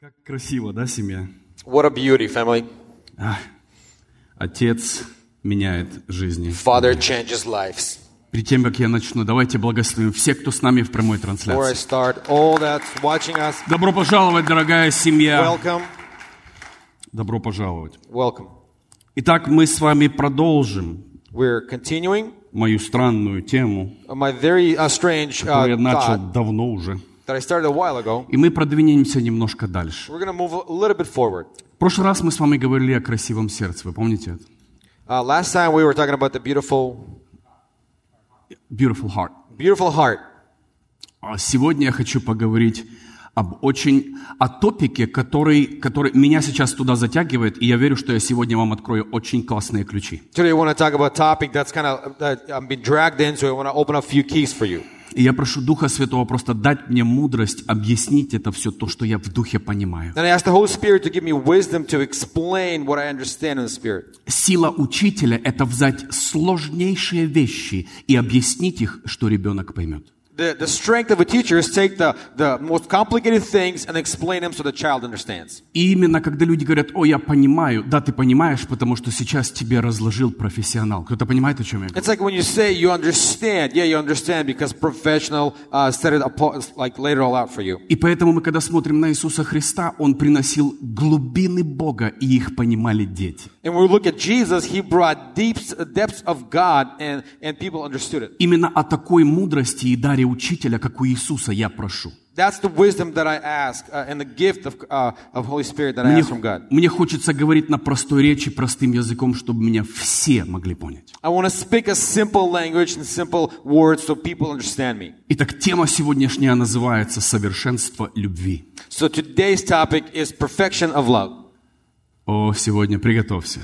Как красиво, да, семья? What a beauty, family. Ах, Отец меняет жизни. Father changes lives. Перед тем, как я начну, давайте благословим все, кто с нами в прямой Before I трансляции. start, all that's watching us, Добро пожаловать, дорогая семья. welcome, Добро пожаловать. welcome. Итак, мы с вами продолжим We're continuing мою странную тему, on my very uh, strange uh, которую я thought начал давно уже. that I started a while ago. И мы продвинемся немножко дальше. We're going to move a little bit forward. В прошлый раз мы с вами говорили о красивом сердце, вы помните это? Uh, last time we were talking about the beautiful, Beautiful heart. beautiful heart. А Сегодня я хочу поговорить об очень, о топике, который, который меня сейчас туда затягивает, и я верю, что я сегодня вам открою очень классные ключи. Today we want to talk about a topic that's kind of that I'm being dragged in, so I want to open up a few keys for you. И я прошу Духа Святого просто дать мне мудрость объяснить это все то, что я в Духе понимаю. Then I ask the Holy Spirit to give me wisdom to explain what I understand in the Spirit. Сила учителя – это взять сложнейшие вещи и объяснить их, что ребенок поймет. The, the strength of a teacher is take the, the most complicated things and explain them so the child understands. И именно когда люди говорят, о, я понимаю, да, ты понимаешь, потому что сейчас тебе разложил профессионал. Кто-то понимает, о чем я говорю? It's like when you say you understand. Yeah, you understand because professional uh, set it up, like laid it all out for you. И поэтому мы, когда смотрим на Иисуса Христа, Он приносил глубины Бога, и их понимали дети. And when we look at Jesus, he brought deep depths of God, and and people understood it. Именно о такой мудрости и даре учителя, как у Иисуса, я прошу. That's the wisdom that I ask, uh, and the gift of uh, of Holy Spirit that I Мне, ask from God. мне хочется говорить на простой речи, простым языком, чтобы меня все могли понять. I want to speak a simple language and simple words so people understand me. Итак, тема сегодняшняя называется «Совершенство любви». So today's topic is perfection of love. О, сегодня приготовься.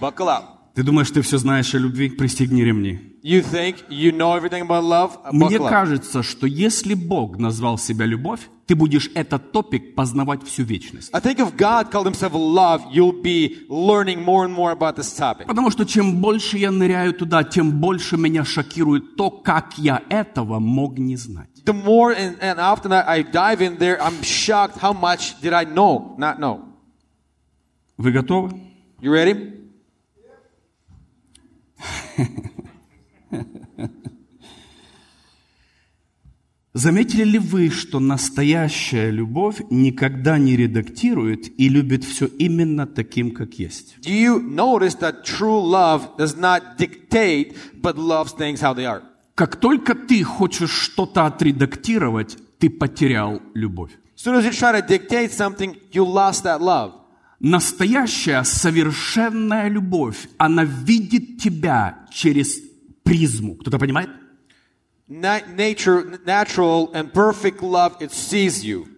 Buckle up. Ты думаешь, ты все знаешь о любви? Пристегни ремни. You think you know everything about love? Uh, Мне Buckle up. кажется, что если Бог назвал себя любовь, ты будешь этот топик познавать всю вечность. I think if God called himself love, you'll be learning more and more about this topic. Потому что чем больше я ныряю туда, тем больше меня шокирует то, как я этого мог не знать. The more and, and often I, I dive in there, I'm shocked how much did I know, not know. Вы готовы? You ready? Заметили ли вы, что настоящая любовь никогда не редактирует и любит все именно таким, как есть? Do you notice that true love does not dictate, but loves things how they are? Как только ты хочешь что-то отредактировать, ты потерял любовь. As soon as you try to dictate something, you lost that love. Настоящая совершенная любовь, она видит тебя через призму. Кто-то понимает? Na- nature, natural and perfect love, it sees you.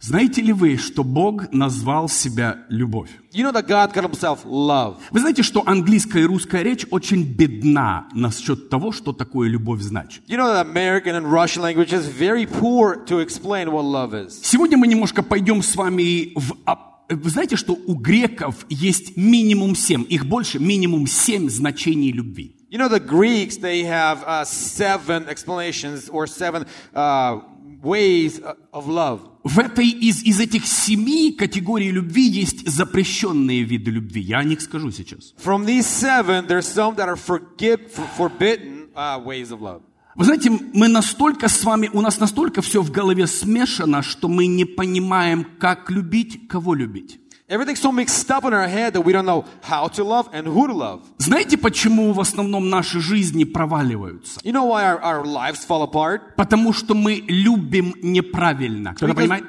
Знаете ли вы, что Бог назвал себя любовь? You know that God called himself love. Вы знаете, что английская и русская речь очень бедна насчет того, что такое любовь значит. You know that American and Russian language is very poor to explain what love is. Сегодня мы немножко пойдем с вами в... об- Вы знаете, что у греков есть минимум семь, их больше, минимум семь значений любви. You know the Greeks, they have uh, seven explanations or seven uh, ways uh, of love. В этой, из, из этих семи категорий любви есть запрещенные виды любви. Я о них скажу сейчас. From these seven, there's some that are forgib- for- forbidden uh, ways of love. Вы знаете, мы настолько с вами, у нас настолько все в голове смешано, что мы не понимаем, как любить, кого любить. Everything's so mixed up in our head that we don't know how to love and who to love. Знаете, почему в основном наши жизни проваливаются? You know why our, our lives fall apart? Потому что мы любим неправильно. Кто-то понимает?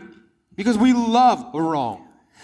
because we love wrong.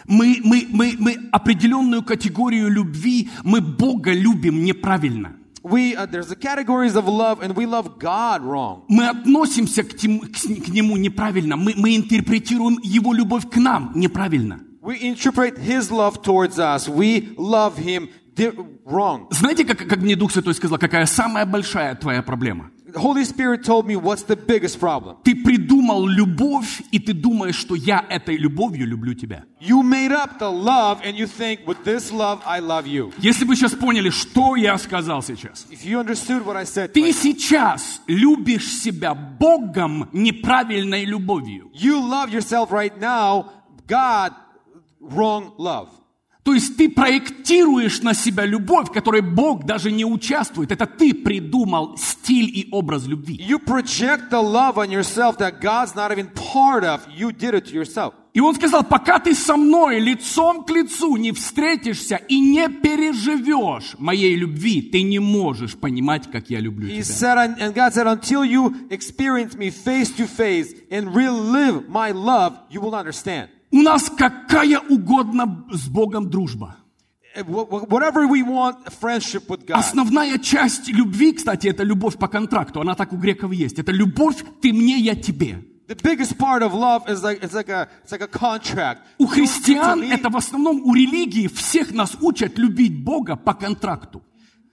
Мы, мы, мы, мы определенную категорию любви, мы Бога любим неправильно. We, uh, there's the categories of love, and we love God wrong. Мы относимся к, тем- к с- к Нему неправильно. Мы, мы интерпретируем Его любовь к нам неправильно. We interpret His love towards us. We love Him di- wrong. Знаете, как, как мне Дух Святой сказал, какая самая большая твоя проблема? The Holy Spirit told me what's the biggest problem. Ты придумал любовь, и ты думаешь, что я этой любовью люблю тебя. You made up the love, and you think with this love I love you. Если вы сейчас поняли, что я сказал сейчас. If you understood what I said, Ты сейчас любишь себя Богом неправильной любовью. you love yourself right now God wrong love. То есть ты проектируешь на себя любовь, в которой Бог даже не участвует. Это ты придумал стиль и образ любви. You project the love on yourself that God's not even part of. You did it to yourself. И он сказал, пока ты со мной лицом к лицу не встретишься и не переживешь моей любви, ты не можешь понимать, как я люблю He тебя. said, and and God said, until you experience me face to face and relive my love, you will not understand. У нас какая угодно с Богом дружба. Eh, wh- wh- Whatever we want, a friendship with God. Основная часть любви, кстати, это любовь по контракту. Она так у греков есть. Это любовь «ты мне, я тебе». The biggest part of love is like it's like a it's like a contract. У You do to христиан me. это в основном у религии всех нас учат любить Бога по контракту.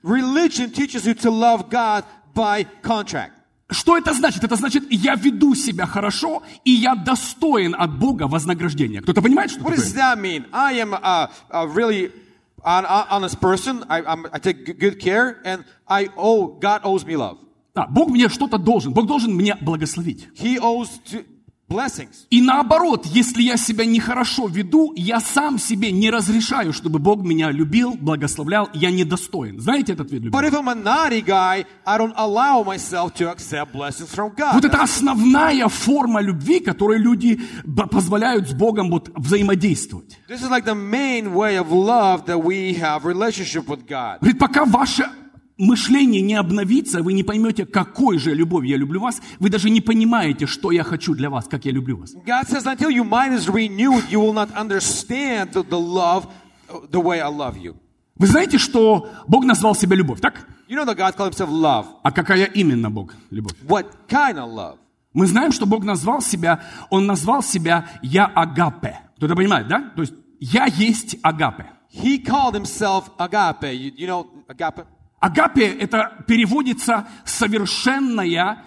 Religion teaches you to love God by contract. Что это значит? Это значит, я веду себя хорошо, и я достоин от Бога вознаграждения. Кто-то понимает, что What такое? does that mean? I am a, a really an, a- honest person. I, I'm, I take g- good care, and I owe God owes me love. Да, Бог мне что-то должен. Bог должен меня благословить. He owes to blessings. И наоборот, если я себя нехорошо веду, я сам себе не разрешаю, чтобы Бог меня любил, благословлял, я недостоин. Знаете этот вид But любви? if I'm a naughty guy, I don't allow myself to accept blessings from God. Вот это основная форма любви, которой люди б- позволяют с Богом вот взаимодействовать. This is like the main way of love that we have relationship with God. Говорит, пока ваше мышление не обновится, вы не поймете, какой же любовь я люблю вас, вы даже не понимаете, что я хочу для вас, как я люблю вас. God says, until your mind is renewed, you will not understand the, the love, uh, the way I love you. Вы знаете, что Бог назвал себя любовь, так? You know that God calls himself love. А какая именно Бог любовь? What kind of love? Мы знаем, что Бог назвал себя, Он назвал себя «Я Агапе». Кто-то понимает, да? То есть «Я есть Агапе». He called himself agape. You, you know agape? Агапе – это переводится «совершенная,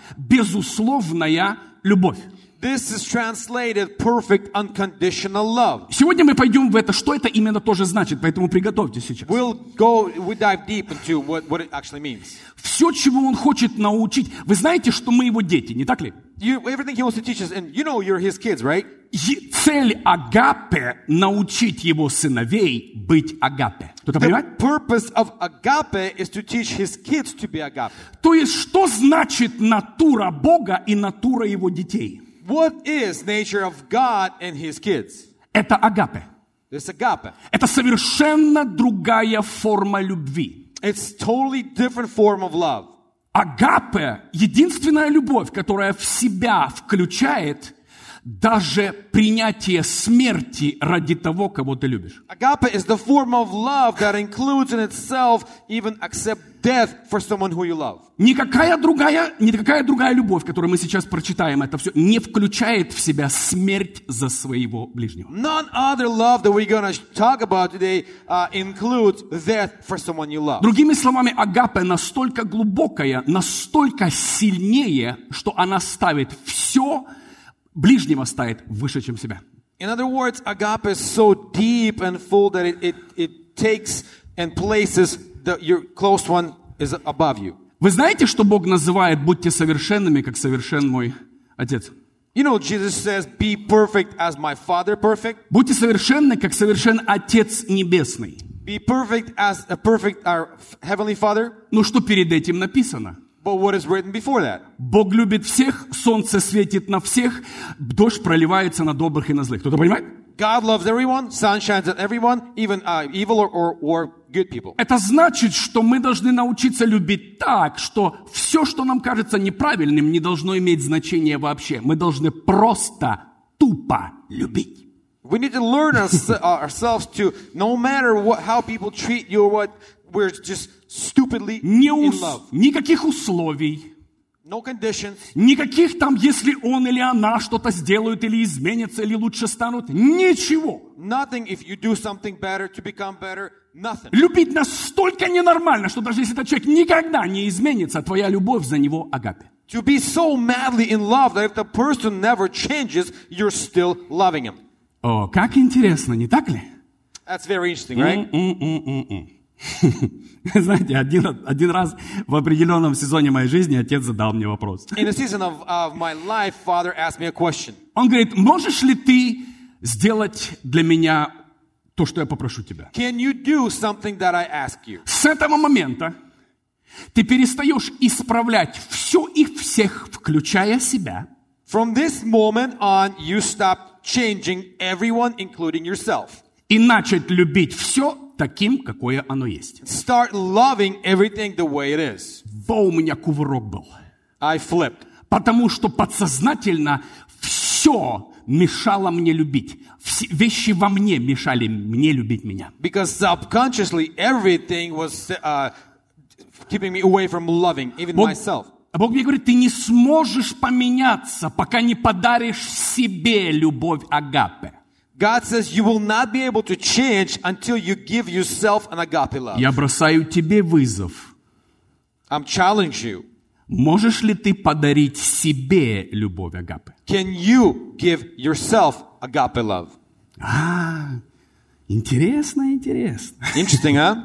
безусловная любовь». This is translated perfect unconditional love. Сегодня мы пойдем в это, что это именно тоже значит, поэтому приготовьтесь сейчас. We'll go, we dive deep into what, what it actually means. Все, чему он хочет научить. Вы знаете, что мы его дети, не так ли? You, everything he wants to teach us, and you know you're his kids, right? Е- цель Агапе – научить его сыновей быть Агапе. Кто-то The понимает? purpose of agape is to teach his kids to be agape. То есть, что значит натура Бога и натура его детей? What is nature of God and his kids? Это Агапе. This agape. Это совершенно другая форма любви. It's totally different form of love. Агапе – единственная любовь, которая в себя включает даже принятие смерти ради того, кого ты любишь. Agape is the form of love that includes in itself even accept death for someone who you love. Никакая другая, никакая другая любовь, которую мы сейчас прочитаем, это все не включает в себя смерть за своего ближнего. None other love that we're going to talk about today uh, includes death for someone you love. Другими словами, агапе настолько глубокая, настолько сильнее, что она ставит все, ближнего ставит выше, чем себя. In other words, agape is so deep and full that it, it, it takes and places the, your close one is above you. Вы знаете, что Бог называет «будьте совершенными, как совершен мой Отец»? You know, Jesus says, Be perfect as my Father perfect. «Будьте совершенны, как совершен Отец Небесный». Be perfect as a perfect our Heavenly Father. Ну что перед этим написано? But what is written before that? Бог любит всех, солнце светит на всех, дождь проливается на добрых и на злых. Кто-то понимает? God loves everyone, sun shines on everyone, even uh, evil or, or, or good people. Это значит, что мы должны научиться любить так, что все, что нам кажется неправильным, не должно иметь значения вообще. Мы должны просто тупо любить. We need to learn ours- uh, ourselves to, no matter what, how people treat you or what, we're just stupidly Не in ус- love. Никаких условий, No conditions, никаких там, если он или она что-то сделают или изменятся, или лучше станут. Ничего. nothing if you do something better to become better, nothing. Любить настолько ненормально, что даже если этот человек никогда не изменится, твоя любовь за него агапе. To be so madly in love that if the person never changes, you're still loving him. О, как интересно, не так ли? That's very interesting, right? Mm-hmm. Знаете, один, один раз в определенном сезоне моей жизни отец задал мне вопрос. In a season of, of my life, Father asked me a question. Он говорит, можешь ли ты сделать для меня то, что я попрошу тебя. Can you do something that I ask you? С этого момента ты перестаешь исправлять все и всех, включая себя, From this moment on, you stop changing everyone, including yourself. и начать любить все таким, какое оно есть. Start loving everything the way it is. Во, у меня кувырок был. I flipped Потому что подсознательно все мешало мне любить. Вс- вещи во мне мешали мне любить меня. because subconsciously everything was uh, keeping me away from loving even Бог, myself. а Бог мне говорит, ты не сможешь поменяться, пока не подаришь себе любовь Агапе. God says you will not be able to change until you give yourself an agape love. Я бросаю тебе вызов. I'm challenging you. Можешь ли ты подарить себе любовь Агапе? Can you give yourself agape love? А, интересно, интересно. Interesting, huh?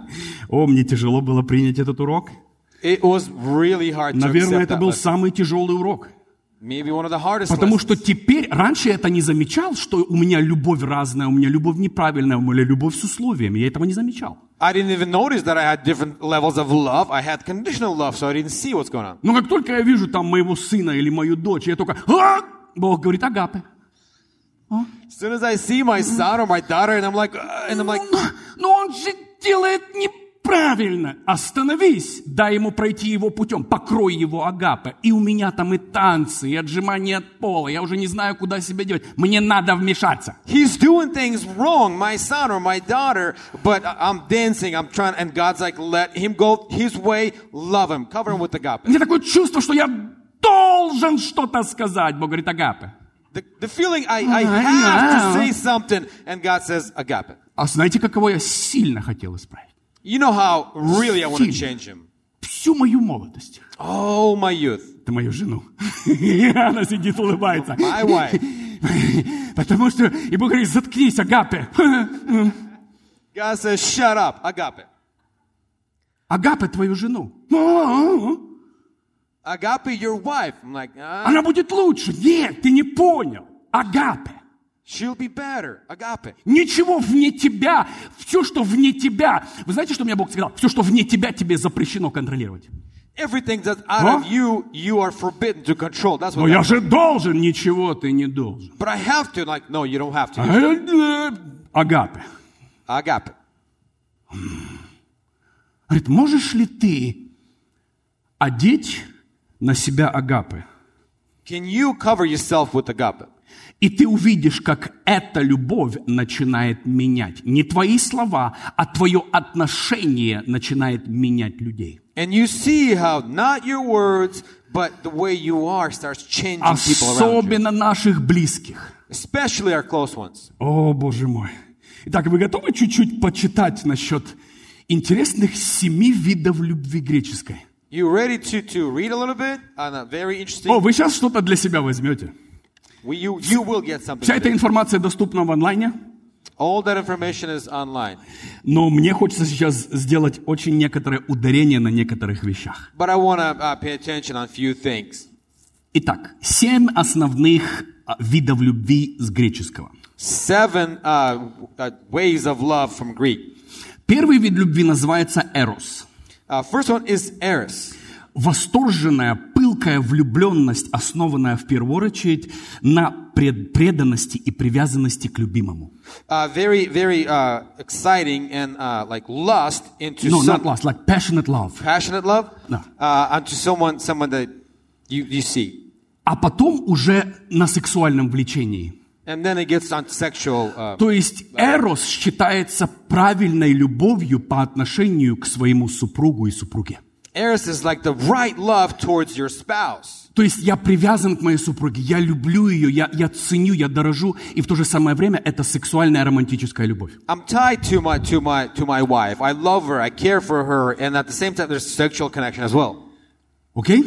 О, мне тяжело было принять этот урок. It was really hard to Наверное, accept это that был lesson. самый тяжелый урок. Maybe one of the hardest Потому lessons. что теперь, раньше я это не замечал, что у меня любовь разная, у меня любовь неправильная, у меня любовь с условиями. Я этого не замечал. I didn't even notice that I had different levels of love. I had conditional love, so I didn't see what's going on. Но как только я вижу там моего сына или мою дочь, я только... «А!» Бог говорит, Агапе. As soon as I see my son or my daughter, and I'm like, "Ugh," and I'm like, Но «Ну, он же делает неправильно. Остановись, дай ему пройти его путем, покрой его Агапе. И у меня там и танцы, и отжимания от пола. Я уже не знаю, куда себя делать. Мне надо вмешаться. he's doing things wrong, my son or my daughter, but I- I'm dancing, I'm trying, and God's like, let him go his way, love him, cover him with У agape. меня такое чувство, что я должен что-то сказать. Бог говорит, Агапе. The, the feeling I, I I have to know. say something, and God says, agape. А знаете, каково я сильно хотел исправить? You know how really I want to Steve. change him. Всю мою молодость. Oh, my youth. Это мою жену. Она сидит, улыбается. My wife. Потому что, и Бог говорит, заткнись, Агапе. God says, shut up, agape. Агапе твою жену. Agape, your wife. I'm like, ah, Она будет лучше. Нет, ты не понял. Агапе. she'll be better, agape. Ничего вне тебя, все, что вне тебя. Вы знаете, что мне Бог сказал? Все, что вне тебя, тебе запрещено контролировать. Everything that's out Huh? of you, you are forbidden to control. That's Но what. я that- же должен, ничего ты не должен. But I have to. Like, no, you don't have to. Агапе. Agape. Говорит, можешь ли ты одеть на себя агапы? Can you cover yourself with agape? И ты увидишь, как эта любовь начинает менять. Не твои слова, а твое отношение начинает менять людей. And you see how not your words, but the way you are starts changing people around you, Особенно наших близких. especially our close ones. О, Боже мой. Итак, вы готовы чуть-чуть почитать насчет интересных семи видов любви греческой? You ready to to read a little bit on a very interesting? О, вы сейчас что-то для себя возьмете. We, you you will get something. Вся эта today. информация доступна в онлайне. All that information is online. Но мне хочется сейчас сделать очень некоторое ударение на некоторых вещах. But I want to uh, pay attention on a few things. Итак, семь основных а, видов любви с греческого. Seven uh, uh, ways of love from Greek. Первый вид любви называется эрос. Uh, first one is Eris. Восторженная, пылкая влюбленность, основанная в первую очередь на пред- преданности и привязанности к любимому. Uh, very, very uh, exciting and uh, like lust into No, some Ну, not lust, like passionate love. passionate love No. uh, onto someone, someone that you, you see. А потом уже на сексуальном влечении. And then it gets on sexual. Uh, То есть эрос считается правильной любовью по отношению к своему супругу и супруге. Eris is like the right love towards your spouse. То есть я привязан к моей супруге, я люблю ее, я, я ценю, я дорожу, и в то же самое время это сексуальная романтическая любовь. I'm tied to my to my to my wife. I love her. I care for her, and at the same time, there's sexual connection as well. Окей?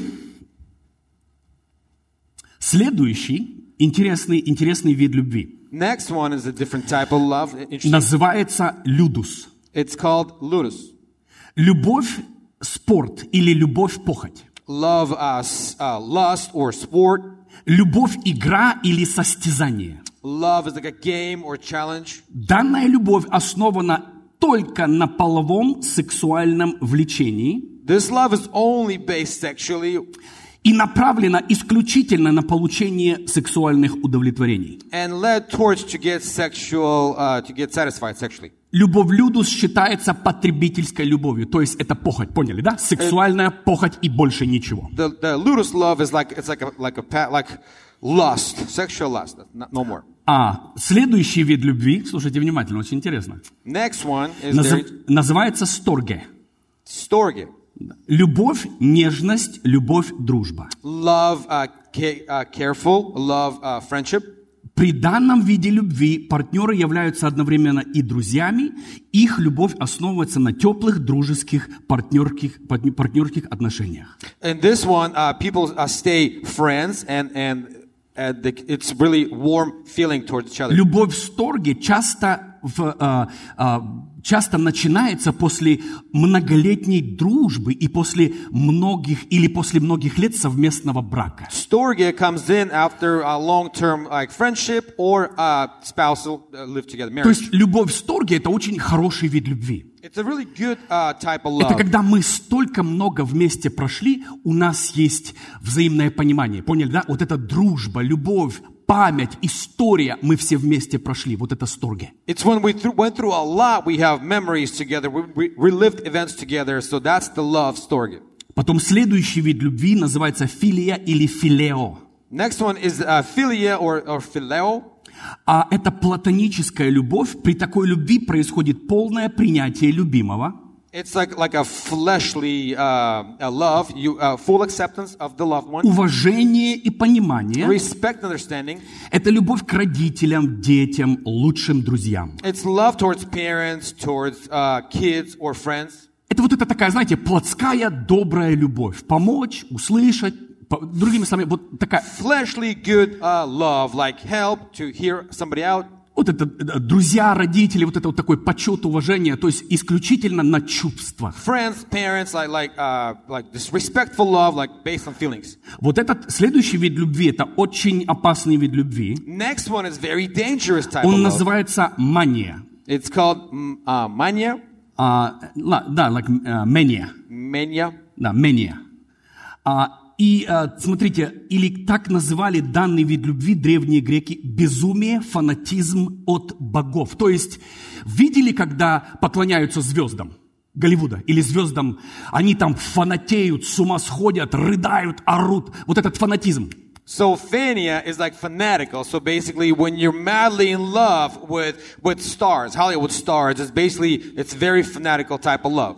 Следующий интересный, интересный вид любви Next one is a different type of love. Interesting. называется людус. It's called ludus. Любовь спорт или любовь похоть. Love, uh, s- uh, lust, or sport. Любовь игра или состязание. Love is like a game or challenge. Данная любовь основана только на половом сексуальном влечении This love is only based sexually и направлена исключительно на получение сексуальных удовлетворений. and led towards to get sexual, uh, to get satisfied sexually. Любовлюдус считается потребительской любовью, то есть это похоть, поняли, да? Сексуальная похоть и больше ничего. The the ludus love is like it's like a like a pa- like lust, sexual lust, no, no more. А следующий вид любви, слушайте внимательно, очень интересно, Next one is назов- there, называется сторге. storge. Любовь, нежность, любовь, дружба. Love uh, ca- uh, careful, love uh, friendship. При данном виде любви партнеры являются одновременно и друзьями, их любовь основывается на теплых, дружеских, партнерских, партне- партнерских отношениях. In this one, uh, people uh, stay friends and and uh, the, it's really warm feeling towards each other. Любовь в сторге часто, в, а, а, часто начинается после многолетней дружбы и после многих или после многих лет совместного брака. Storge comes in after a long-term like friendship or uh, spousal uh, live together То marriage. есть любовь в сторге – это очень хороший вид любви. It's a really good uh, type of Это love. когда мы столько много вместе прошли, у нас есть взаимное понимание. Поняли, да? Вот это дружба, любовь, память, история. Мы все вместе прошли. Вот это сторге. It's when we thro- went through a lot. We have memories together. We, we relived events together. So that's the love storge. Потом следующий вид любви называется филия или филео. Next one is uh, philia or, or phileo. А это платоническая любовь. При такой любви происходит полное принятие любимого. It's like like a fleshly uh, a love. You uh, full acceptance of the loved one, Уважение и понимание. respect, understanding. Это любовь к родителям, детям, лучшим друзьям. It's love towards parents, towards uh, kids or friends. Это вот это такая, знаете, плотская добрая любовь. Помочь, услышать. по- другими словами, вот такая, fleshly good uh, love, like help to hear somebody out. вот это э, друзья, родители, вот это вот такой почет, уважение, то есть исключительно на чувствах. Friends, parents, like like uh, like disrespectful love, like based on feelings. Вот этот следующий вид любви, это очень опасный вид любви. Next one is very dangerous type Он of love. называется мания. It's called mm, uh, mania, А, ла- да, like, э, mania. mania. Да, mania. А, и э, смотрите, или так называли данный вид любви древние греки безумие, фанатизм от богов. То есть видели, когда поклоняются звездам Голливуда или звездам, они там фанатеют, с ума сходят, рыдают, орут. Вот этот фанатизм. So phania is like fanatical. So basically, when you're madly in love with with stars, Hollywood stars, it's basically it's very fanatical type of love.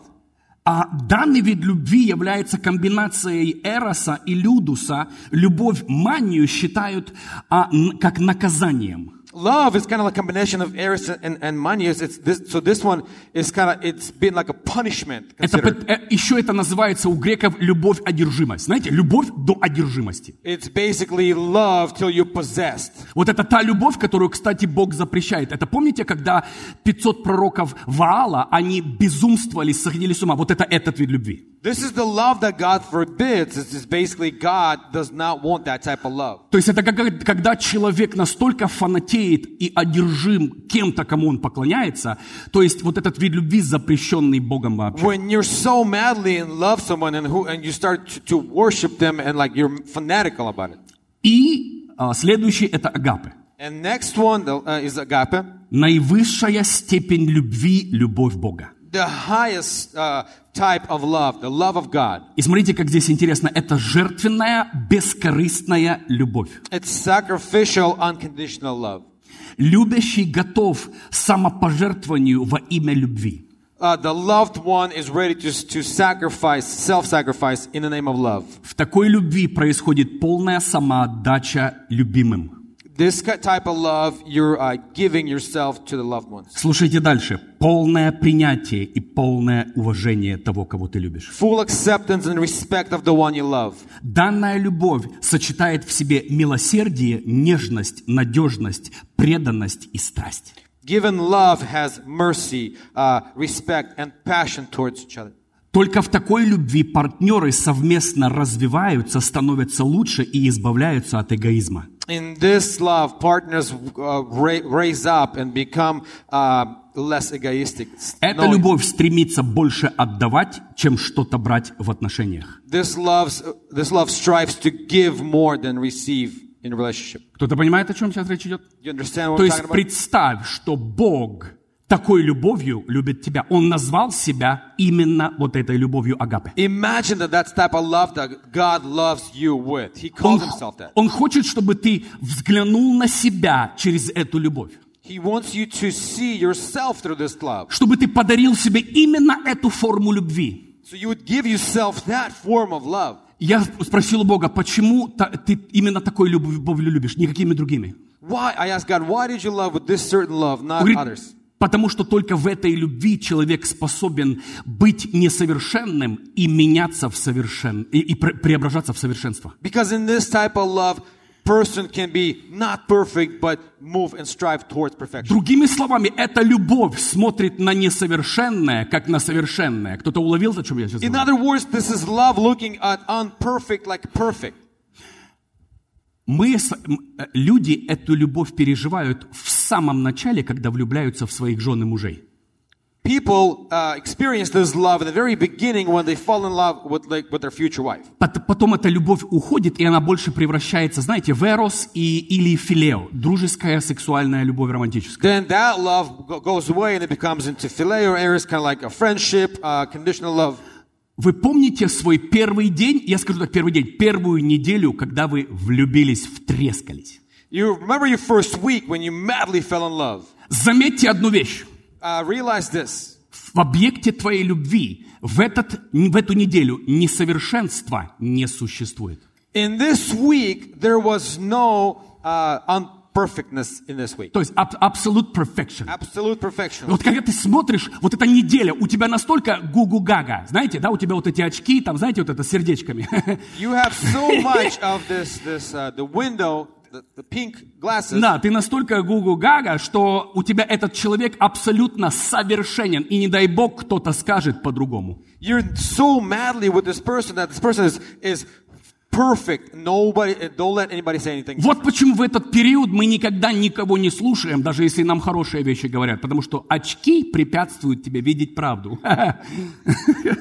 А данный вид любви является комбинацией Эроса и Людуса. Любовь манию считают а, н- как наказанием. Love is kind of like a combination of Eris and, and Manius. It's this, so this one is kind of, it's been like a punishment Это, considered. под- э, еще это называется у греков любовь-одержимость. Знаете, любовь до одержимости. It's basically love till you're possessed. Вот это та любовь, которую, кстати, Бог запрещает. Это помните, когда 500 пророков Ваала, они безумствовали, сходили с ума. Вот это этот вид любви. This is the love that God forbids. It's just basically God does not want that type of love. То есть это как- когда человек настолько фанатеет и одержим кем-то, кому он поклоняется, то есть вот этот вид любви, запрещенный Богом вообще. When you're so madly in love someone and who and you start to, to worship them and like you're fanatical about it. И а, следующий – это агапы. And next one the, uh, is agape, Наивысшая степень любви – любовь Бога. the highest uh, type of love, the love of God. И смотрите, как здесь интересно. Это жертвенная, бескорыстная любовь. It's sacrificial, unconditional love. Любящий готов к самопожертвованию во имя любви. Uh, the loved one is ready to, to sacrifice, self-sacrifice in the name of love. В такой любви происходит полная самоотдача любимым. This ki- type of love, you're uh, giving yourself to the loved ones. Слушайте дальше. Полное принятие и полное уважение того, кого ты любишь. Full acceptance and respect of the one you love. Данная любовь сочетает в себе милосердие, нежность, надежность, преданность и страсть. Given love has mercy, uh, respect, and passion towards each other. Только в такой любви партнеры совместно развиваются, становятся лучше и избавляются от эгоизма. in this love, partners uh, ra- raise up and become uh, less egoistic. Эта knowing- любовь стремится больше отдавать, чем что-то брать в отношениях. This loves this love strives to give more than receive in relationship. Кто-то понимает, о чем сейчас речь идет? You understand what То I'm есть talking about? представь, что Бог такой любовью любит тебя. Он назвал себя именно вот этой любовью Агапе. Imagine that that's the type of love that God loves you with. He Он, calls himself that. он хочет, чтобы ты взглянул на себя через эту любовь. He wants you to see yourself through this love. Чтобы ты подарил себе именно эту форму любви. So you would give yourself that form of love. Я спросил у Бога, почему та- ты именно такой любовью любишь, никакими другими? Why? I asked God, why did you love with this certain love, Он not говорит, others? потому что только в этой любви человек способен быть несовершенным и меняться в совершен... и, и пре- преображаться в совершенство. Because in this type of love, person can be not perfect, but move and strive towards perfection. Другими словами, эта любовь смотрит на несовершенное, как на совершенное. Кто-то уловил, о чем я сейчас In говорю? other words, this is love looking at unperfect like perfect. Мы, с- м, э, люди, эту любовь переживают в самом начале, когда влюбляются в своих жен и мужей. People uh, experience this love in the very beginning when they fall in love with like with their future wife. Пот- Потом эта любовь уходит, и она больше превращается, знаете, в эрос и, или филео. Дружеская сексуальная любовь романтическая. Then that love go- goes away and it becomes into filial areas, kind of like a friendship, uh, conditional love. Вы помните свой первый день, я скажу так, первый день, первую неделю, когда вы влюбились, втрескались? You remember your first week when you madly fell in love. Заметьте одну вещь. Uh, realize this: В объекте твоей любви в, этот, в эту неделю несовершенства не существует. in this week there was no uh, unperfectness in this week. То есть аб- absolute perfection. Absolute perfection. Вот когда ты смотришь, вот эта неделя, у тебя настолько гу-гу-гага, знаете, да, у тебя вот эти очки, там, знаете, вот это с сердечками. You have so much of this this uh, the window, the, the pink glasses. Да, ты настолько гу-гу-гага, что у тебя этот человек абсолютно совершенен, и не дай бог кто-то скажет по-другому. You're so madly with this person that this person is is perfect. Nobody, uh, don't let anybody say anything. Вот почему в этот период мы никогда никого не слушаем, даже если нам хорошие вещи говорят, потому что очки препятствуют тебе видеть правду.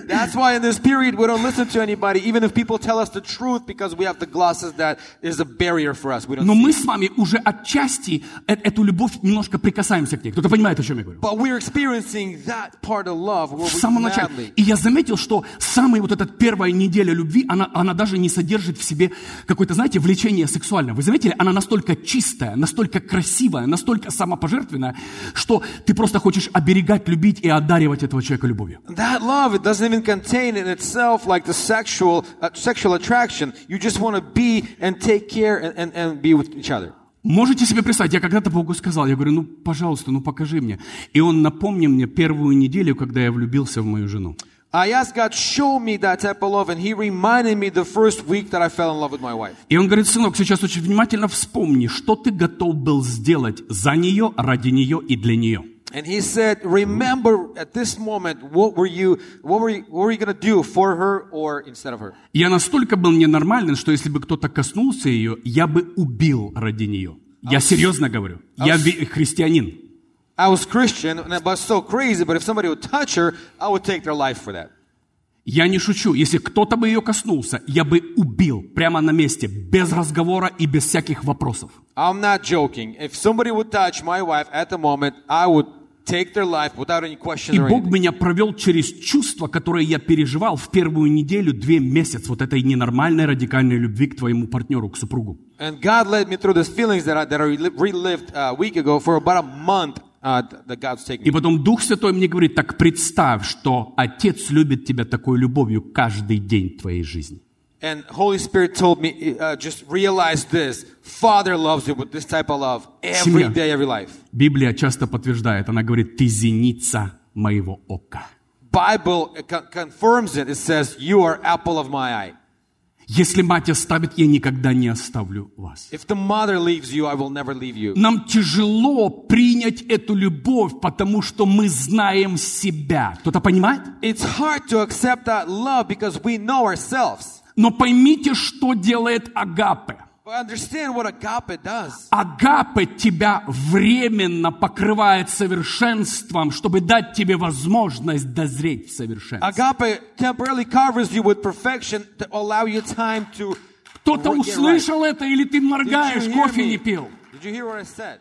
That's why in this period we don't listen to anybody, even if people tell us the truth, because we have the glasses that is a barrier for us. We don't. Но see. мы с вами уже отчасти э- эту любовь немножко прикасаемся к ней. Кто-то понимает, о чем я говорю? But we're experiencing that part of love where в we самом начале. madly. И я заметил, что самая вот эта первая неделя любви, она, она даже не содержит в себе какое-то, знаете, влечение сексуальное. Вы заметили, она настолько чистая, настолько красивая, настолько самопожертвенная, что ты просто хочешь оберегать, любить и одаривать этого человека любовью. That love it doesn't even contain in itself like the sexual uh, sexual attraction. You just want to be and take care and, and, and be with each other. Можете себе представить, я когда-то Богу сказал, я говорю, ну, пожалуйста, ну, покажи мне. И он напомнил мне первую неделю, когда я влюбился в мою жену. I asked God, show me that type of love, and He reminded me the first week that I fell in love with my wife. И он говорит, сынок, сейчас очень внимательно вспомни, что ты готов был сделать за нее, ради нее и для нее. And He said, remember at this moment, what were you, what were you, what were you going to do for her or instead of her? Я настолько был ненормален, что если бы кто-то коснулся ее, я бы убил ради нее. Я серьезно говорю. Я ви- христианин. I was Christian, and I was so crazy, but if somebody would touch her, I would take their life for that. Я не шучу. Если кто-то бы ее коснулся, я бы убил прямо на месте, без разговора и без всяких вопросов. I'm not joking. If somebody would touch my wife at the moment, I would take their life without any question И or Бог anything. меня провел через чувства, которые я переживал в первую неделю, две месяц вот этой ненормальной радикальной любви к твоему партнеру, к супругу. And God led me through those feelings that I, that I reli- relived uh, a week ago for about a month uh, th- that God's taking И me. потом Дух Святой мне говорит, так представь, что Отец любит тебя такой любовью каждый день твоей жизни. And Holy Spirit told me, uh, just realize this. Father loves you with this type of love every Семья. day, every life. Библия часто подтверждает, она говорит, ты зеница моего ока. Bible uh, con- confirms it. It says, you are apple of my eye. Если мать оставит, я никогда не оставлю вас. If the mother leaves you, I will never leave you. Нам тяжело принять эту любовь, потому что мы знаем себя. Кто-то понимает? It's hard to accept that love because we know ourselves. Но поймите, что делает Агапе. But But understand what agape does. Агапе тебя временно покрывает совершенством, чтобы дать тебе возможность дозреть в совершенстве. Agape temporarily covers you with perfection to allow you time to. Кто-то get right. услышал это или ты Did you моргаешь, hear кофе me? не пил? Did you hear what I said?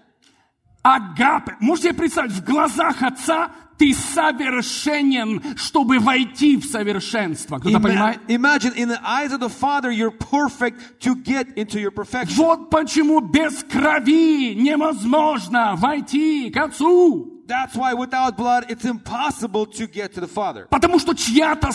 Агапе. Можете себе представить, в глазах отца ты совершенен, чтобы войти в совершенство. Кто-то Ima- понимает? imagine in the eyes of the Father, you're perfect to get into your perfection. Вот почему без крови невозможно войти к отцу. That's why without blood, it's impossible to get to the Father. Потому что чья-то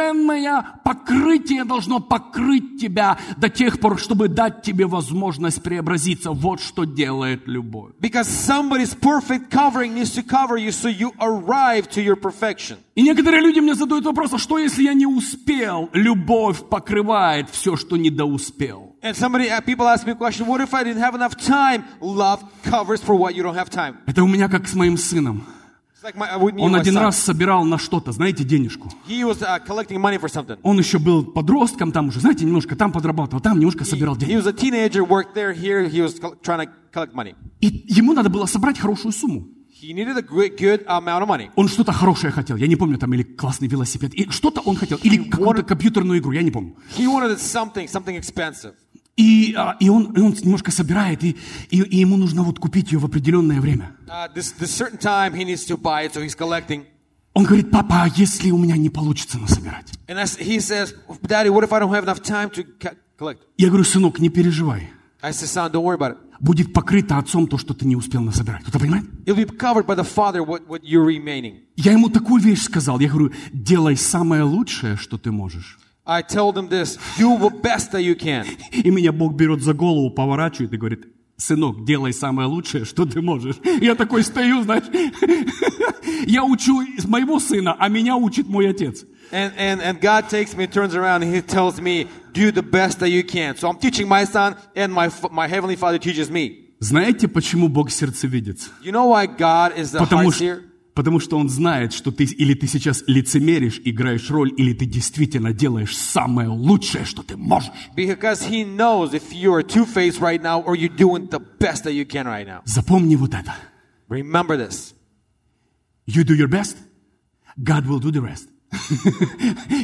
совершенное покрытие должно покрыть тебя до тех пор, чтобы дать тебе возможность преобразиться. Вот что делает любовь. Because somebody's perfect covering needs to cover you so you arrive to your perfection. И некоторые люди мне задают вопрос, а что если я не успел? Любовь покрывает все, что недоуспел. And somebody, uh, people ask me a question, what if I didn't have enough time? Love covers for what you don't have time. Это у меня как с моим сыном. It's like my, uh, with me and Он my один son. раз собирал на что-то, знаете, денежку. He was uh, collecting money for something. Он еще был подростком, там уже, знаете, немножко там подрабатывал, там немножко собирал деньги. He was a teenager, worked there, here, he was col- trying to collect money. И ему надо было собрать хорошую сумму. He needed a good, good amount of money. Он что-то хорошее хотел, я не помню, там, или классный велосипед, и что-то он хотел, или какую-то компьютерную игру, я не помню. He wanted something, something expensive. И, а, и, он, и он немножко собирает, и, и, и ему нужно вот купить ее в определенное время. Uh, this, this certain time he needs to buy it, so he's collecting. Он говорит, папа, а если у меня не получится насобирать? And as he says, Daddy, what if I don't have enough time to co- collect? Я говорю, сынок, не переживай. I say, son, don't worry about it. Будет покрыто отцом то, что ты не успел насобирать. Кто-то понимает? It'll be covered by the Father what, what you're remaining. Я ему такую вещь сказал. Я говорю, делай самое лучшее, что ты можешь. I told him this, do the best that you can. И меня Бог берет за голову, поворачивает и говорит, сынок, делай самое лучшее, что ты можешь. Я такой стою, знаешь, я учу из моего сына, а меня учит мой отец. And, and, and God takes me, turns around, and he tells me, do the best that you can. So I'm teaching my son, and my, f- my Heavenly Father teaches me. Знаете, почему Бог сердцевидец? You know why God is the Потому heart что, here? потому что он знает, что ты или ты сейчас лицемеришь, играешь роль, или ты действительно делаешь самое лучшее, что ты можешь. Because he knows if you're two-faced right now or you're doing the best that you can right now. Запомни вот это. Remember this. You do your best, God will do the rest.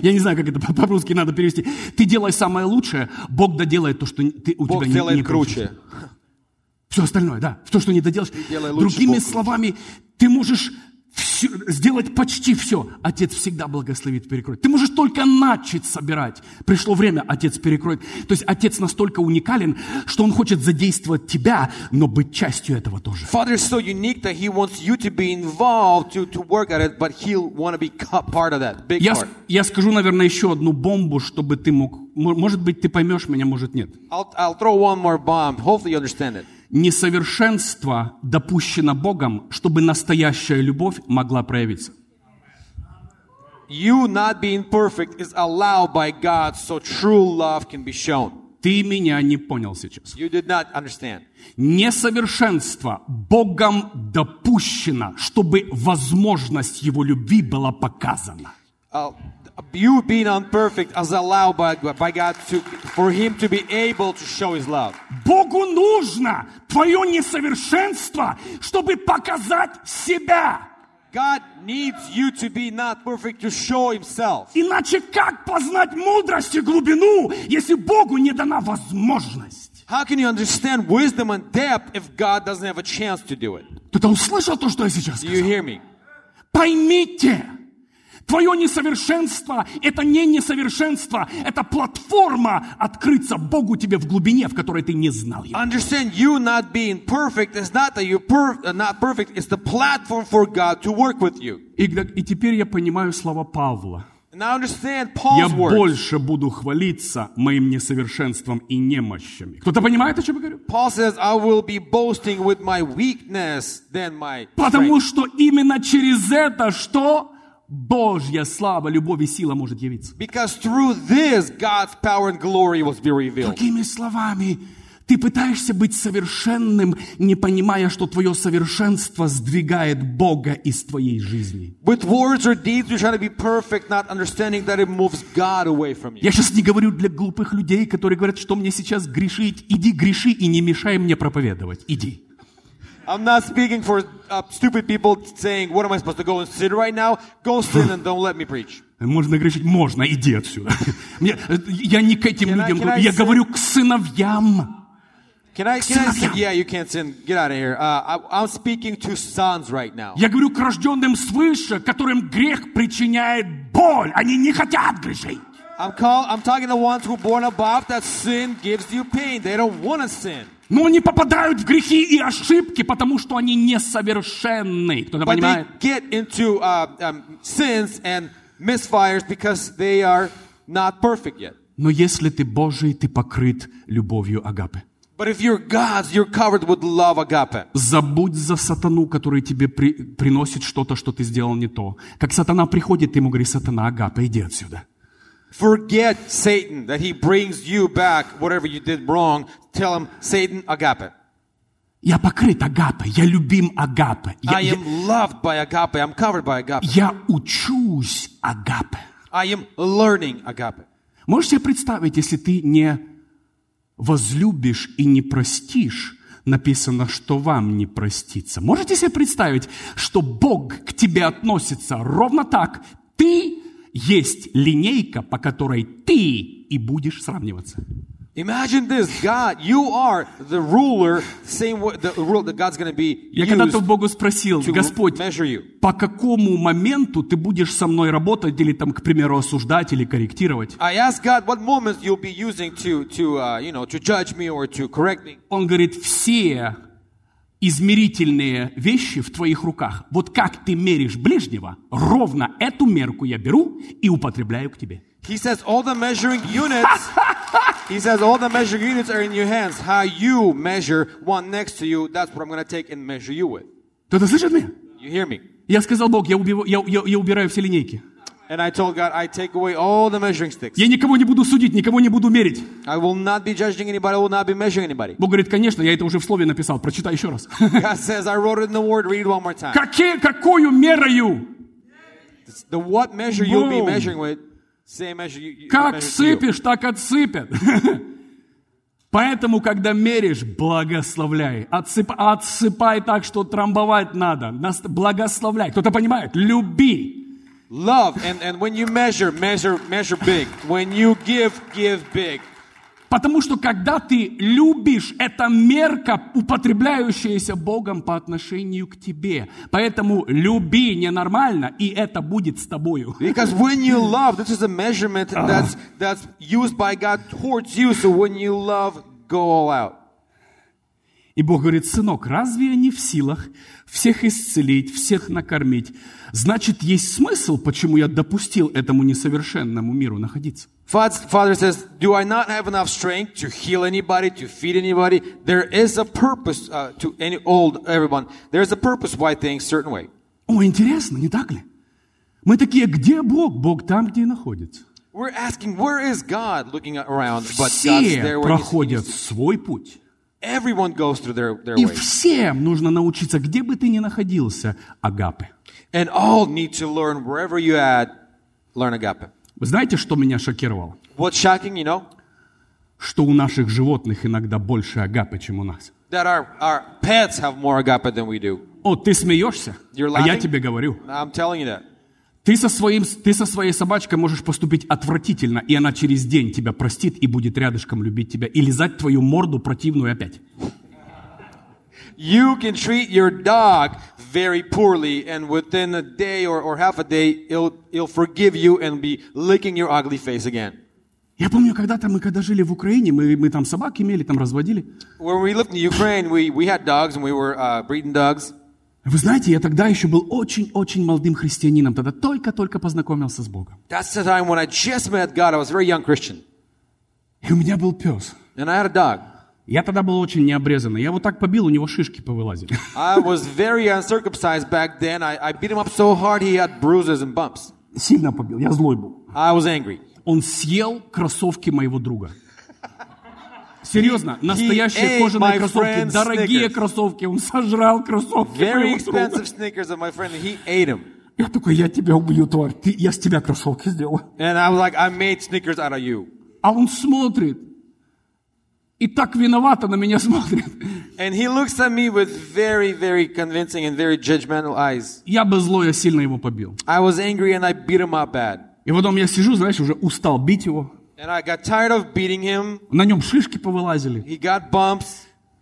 Я не знаю, как это по- по-русски надо перевести. Ты делай самое лучшее, Бог доделает то, что не- ты, у Бог тебя не, не делает получится. круче. Все остальное, да. То, что не доделаешь. делай лучше, Другими Бог. словами, ты можешь всё- сделать почти все. Отец всегда благословит, перекроет. Ты можешь только начать собирать. Пришло время, отец перекроет. То есть отец настолько уникален, что он хочет задействовать тебя, но быть частью этого тоже. Father is so unique that he wants you to be involved, to, to work at it, but he'll want to be co- part of that, big Я, с- part. я скажу, наверное, еще одну бомбу, чтобы ты мог... мо- Может быть, ты поймешь меня, может, нет. I'll, I'll throw one more bomb. Hopefully you understand it. Несовершенство допущено Богом, чтобы настоящая любовь могла проявиться. You not being perfect is allowed by God so true love can be shown. Ты меня не понял сейчас. You did not understand. Несовершенство Богом допущено, чтобы возможность Его любви была показана. Uh, you being unperfect is allowed by, by God to, for him to be able to show his love. Богу нужно твое несовершенство, чтобы показать себя. God needs you to be not perfect to show himself. Иначе как познать мудрость и глубину, если Богу не дана возможность? How can you understand wisdom and depth if God doesn't have a chance to do it? Кто-то услышал то, что я сейчас Do you сказал? hear me? Поймите, твое несовершенство – это не несовершенство, это платформа открыться Богу тебе в глубине, в которой ты не знал его. Understand you not being perfect is not that you're per- uh, not perfect, it's the platform for God to work with you. И, г- и теперь я понимаю слова Павла. Now understand Я Paul's words. больше буду хвалиться моим несовершенством и немощами. Кто-то понимает, о чем я говорю? Paul says, I will be boasting with my weakness than my Потому strength. что именно через это что? Божья слава, любовь и сила может явиться. Because through this, God's power and glory will be revealed. Другими словами, Ты пытаешься быть совершенным, не понимая, что твое совершенство сдвигает Бога из твоей жизни. With words or deeds, we try to be perfect, not understanding that it moves God away from you. Я сейчас не говорю для глупых людей, которые говорят, что мне сейчас грешить. Иди греши и не мешай мне проповедовать. Иди. I'm not speaking for uh, stupid people saying, What am I supposed to go and sin right now? Go sin and don't let me preach. Можно грешить? Можно, иди отсюда. Мне- э, я не к этим Can I- людям can говорю, I я say- говорю к сыновьям. Can I, can I sin? Satan. Yeah, you can't sin. Get out of here. Uh, I, I'm speaking to sons right now. Я говорю к рожденным свыше, которым грех причиняет боль. Они не хотят грешить. I'm, call, I'm talking to ones who are born above that sin gives you pain. They don't want to sin. Но они попадают в грехи и ошибки, потому что они несовершенны. Кто-то But they понимает? get into uh, um, sins and misfires because they are not perfect yet. Но если ты Божий, ты покрыт любовью Агапы. But if you're God's, you're covered with love agape. Забудь за сатану, который тебе при- приносит что-то, что ты сделал не то. Как сатана приходит, ты ему говоришь, сатана, Агапа, иди отсюда. Forget Satan that he brings you back whatever you did wrong. Tell him Satan agape. Я покрыт Агапой, я любим Агапой. Я, I am loved by agape. I'm covered by agape. я- я учусь Агапе. I am learning agape. Можешь себе представить, если ты не возлюбишь и не простишь, написано, что вам не простится. Можете себе представить, что Бог к тебе относится ровно так? Ты есть линейка, по которой ты и будешь сравниваться. Imagine this, God, you are the ruler, same way, the rule that God's going to be Я когда-то у used Богу спросил, to Господь, measure you. по какому моменту ты будешь со мной работать или там, к примеру, осуждать или корректировать? I asked God what moments you'll be using to, to uh, you know, to judge me or to correct me. Он говорит, все измерительные вещи в твоих руках. Вот как ты меришь ближнего, ровно эту мерку я беру и употребляю к тебе. He says all the measuring units. he says all the measuring units are in your hands. How you measure one next to you, that's what I'm going to take and measure you with. Кто-то слышит меня? You hear me? Я сказал, Бог, я, убив- я- я- я убираю все линейки. And I told God, I take away all the measuring sticks. Я никого не буду судить, никого не буду мерить. I will not be judging anybody. I will not be measuring anybody. Бог говорит, конечно, я это уже в слове написал, прочитай еще раз. God says, I wrote it in the word. Read it one more time. Какие, какую мерою? It's the what measure you'll be Boom. measuring with, same measure you, you Как measure to you. сыпешь, так отсыпят. Поэтому, когда меришь, благословляй. Отсып- отсыпай так, что трамбовать надо. Нас- Благословляй. Кто-то понимает? Люби. Love and, and when you measure, measure, measure big. When you give, give big. Потому что, когда ты любишь, это мерка, употребляющаяся Богом по отношению к тебе. Поэтому люби ненормально, и это будет с тобою. Because when you love, this is a measurement Ah. that's that's used by God towards you. So when you love, go all out. И Бог говорит, сынок, разве я не в силах всех исцелить, всех накормить? Значит, есть смысл, почему я допустил этому несовершенному миру находиться. Fats- Father says, "Do I not have enough strength to heal anybody, to feed anybody? There is a purpose uh, to any old everyone. There is a purpose why things certain way. О, интересно, не так ли? Мы такие, где Бог? Бог там, где и находится. We're asking, where is God? Looking around, but God's Все there. Where he's- проходят свой путь. everyone goes through their their И way, всем нужно научиться, где бы ты ни находился, агапы. and all need to learn wherever you at. Learn agape. Вы знаете, что меня шокировало? What's shocking, you know, Что у наших животных иногда больше агапы, чем у нас. that our our pets have more agape than we do." О, ты смеешься? You're А я laughing? тебе говорю. I'm telling you that. Ты со, своим, ты со своей собачкой можешь поступить отвратительно, и она через день тебя простит и будет рядышком любить тебя, и лизать твою морду противную опять. You can treat your dog very poorly, and within a day or, or half a day, it'll, it'll forgive you and be licking your ugly face again. Я помню, когда-то мы, когда жили в Украине, мы, мы там собак имели, там разводили. When we lived in Ukraine, we, we had dogs and we were uh, breeding dogs. Вы знаете, я тогда еще был очень-очень молодым христианином, тогда только-только познакомился с Богом. That's the time when I just met God. I was a very young Christian, И у меня был пес. and I had a dog. Я тогда был очень необрезанный. Я вот так побил, у него шишки повылазили. I was very uncircumcised back then. I, I beat him up so hard he had bruises and bumps. Сильно побил, я злой был. I was angry. Он съел кроссовки моего друга. Серьезно, настоящие ate кожаные my кроссовки, friend's дорогие Snickers. кроссовки. Он сожрал кроссовки Very моего друга. expensive Snickers of my friend, and he ate them. Я такой, я тебя убью, тварь. Ты, я с тебя кроссовки сделаю. And I was like, I made Snickers out of you. А он смотрит. И так виновато на меня смотрит. And he looks at me with very, very convincing and very judgmental eyes. Я бы зло, я сильно его побил. I was angry and I beat him up bad. И потом я сижу, знаешь, уже устал бить его. And I got tired of beating him. На нем шишки повылазили. He got bumps.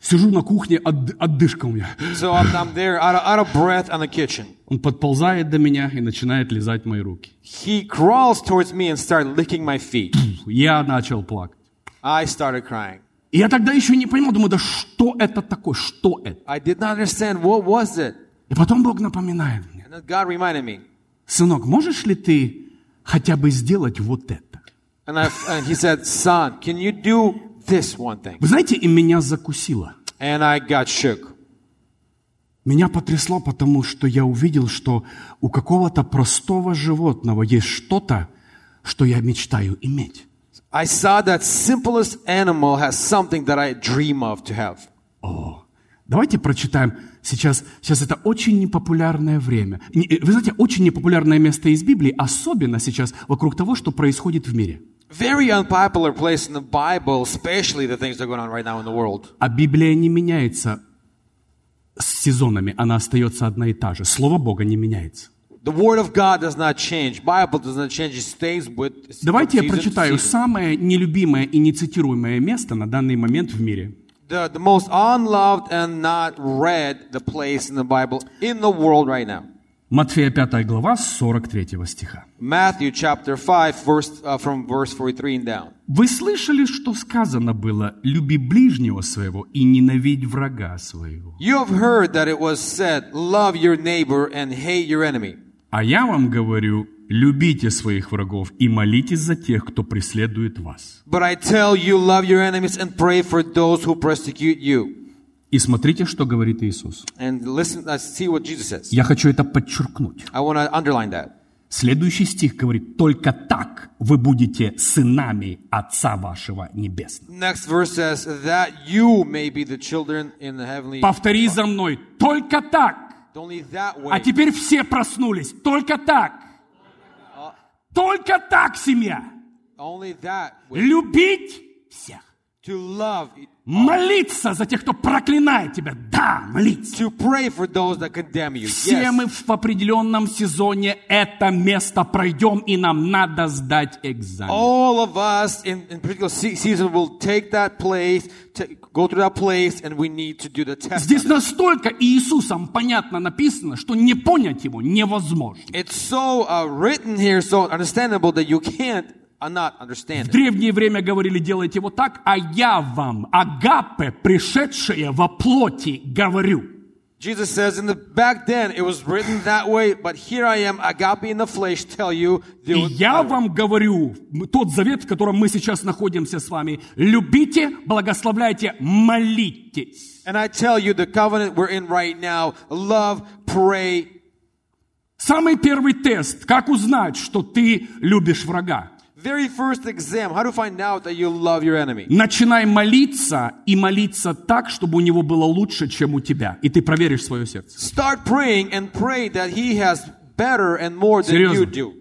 Сижу на кухне, от, отдышка у меня. So I'm, I'm there out of, out of breath on the kitchen. Он подползает до меня и начинает лизать мои руки. He crawls towards me and starts licking my feet. Я начал плакать. I started crying. И я тогда еще не понимал, думаю, да что это такое, что это? I did not understand what was it. И потом Бог напоминает мне, And then God reminded me. сынок, можешь ли ты хотя бы сделать вот это? And, I, and he said, son, can you do this one thing? Вы знаете, и меня закусило. And I got shook. Меня потрясло, потому что я увидел, что у какого-то простого животного есть что-то, что я мечтаю иметь. I saw that simplest animal has something that I dream of to have. О, давайте прочитаем сейчас. Сейчас это очень непопулярное время. Не, э, Вы знаете, очень непопулярное место из Библии, особенно сейчас вокруг того, что происходит в мире. Very unpopular place in the Bible, especially the things that are going on right now in the world. А Библия не меняется с сезонами, она остается одна и та же. Слово Бога не меняется. The Word of God does not change. Bible does not change. It stays with. Давайте я season to прочитаю season. самое нелюбимое и нецитируемое место на данный момент в мире. The, the most unloved and not read the place in the Bible in the world right now. Матфея 5 глава с 43 стиха. Matthew chapter five, verse uh, from verse forty-three and down. Вы слышали, что сказано было «люби ближнего своего и ненавидь врага своего». You have heard that it was said, "Love your neighbor and hate your enemy." А я вам говорю, любите своих врагов и молитесь за тех, кто преследует вас. But I tell you, love your enemies and pray for those who persecute you. И смотрите, что говорит Иисус. And listen, uh, see what Jesus says. Я хочу это подчеркнуть. I want to underline that. Следующий стих говорит, только так вы будете сынами Отца вашего Небесного. Next verse says that you may be the children in the heavenly. Повтори за мной, только так. Only that way. А теперь все проснулись, только так. Только так, семья. Only that way. Любить всех. To love, Молиться за тех, кто проклинает тебя. Да, молиться. to pray for those that condemn you. Все мы Yes. в определенном сезоне это место пройдем, и нам надо сдать экзамен. All of us in, in particular se- season will take that place, ta- go through that place, and we need to do the test. Здесь настолько Иисусом понятно написано, что не понять его невозможно. It's so uh, written here, so understandable that you can't uh, not understand В it. древнее время говорили, делайте вот так, а я вам, агапе, пришедшее во плоти, говорю. Jesus says, in the back then it was written that way, but here I am, agape in the flesh, tell you, И do it я my way. вам говорю, тот завет, в котором мы сейчас находимся с вами, любите, благословляйте, молитесь. And I tell you, the covenant we're in right now, love, pray. Самый первый тест, как узнать, что ты любишь врага? Very first exam, how to find out that you love your enemy. Начинай молиться и молиться так, чтобы у него было лучше, чем у тебя. И ты проверишь свое сердце. Start praying and pray that he has better and more than Серьезно? you do.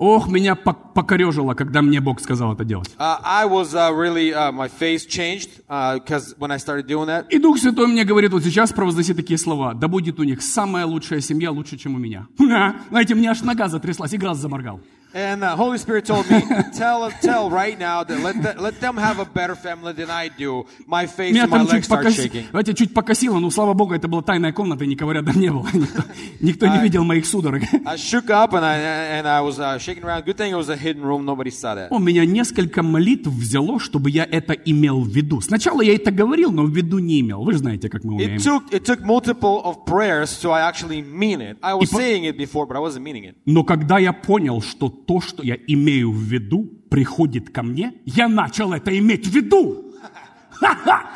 Ох, меня пок- покорежило, когда мне Бог сказал это делать. Uh, I was uh, really, uh, my face changed because when I started doing that. И Дух Святой мне говорит, вот сейчас провозгласи такие слова. Да будет у них самая лучшая семья, лучше, чем у меня. Ха, Знаете, мне аж нога затряслась и глаз заморгал. And uh, Holy Spirit told me, tell tell right now that let, the, let them have a better family than I do. My face Меня and my там legs чуть, start покоси- shaking. знаете, чуть покосило, но, слава богу, это была тайная комната, и никого рядом не было. Никто, никто А, не видел моих судорог. I shook up and I and I was uh, shaking around. Good thing it was a hidden room; nobody saw that. У меня несколько молитв взяло, чтобы я это имел в виду. Сначала я это говорил, но в виду не имел. Вы же знаете, как мы умеем. It took it took multiple of prayers so I actually mean it. I was И по- saying it before, but I wasn't meaning it. Но когда я понял, что то, что я имею в виду, приходит ко мне, я начал это иметь в виду. Ха-ха!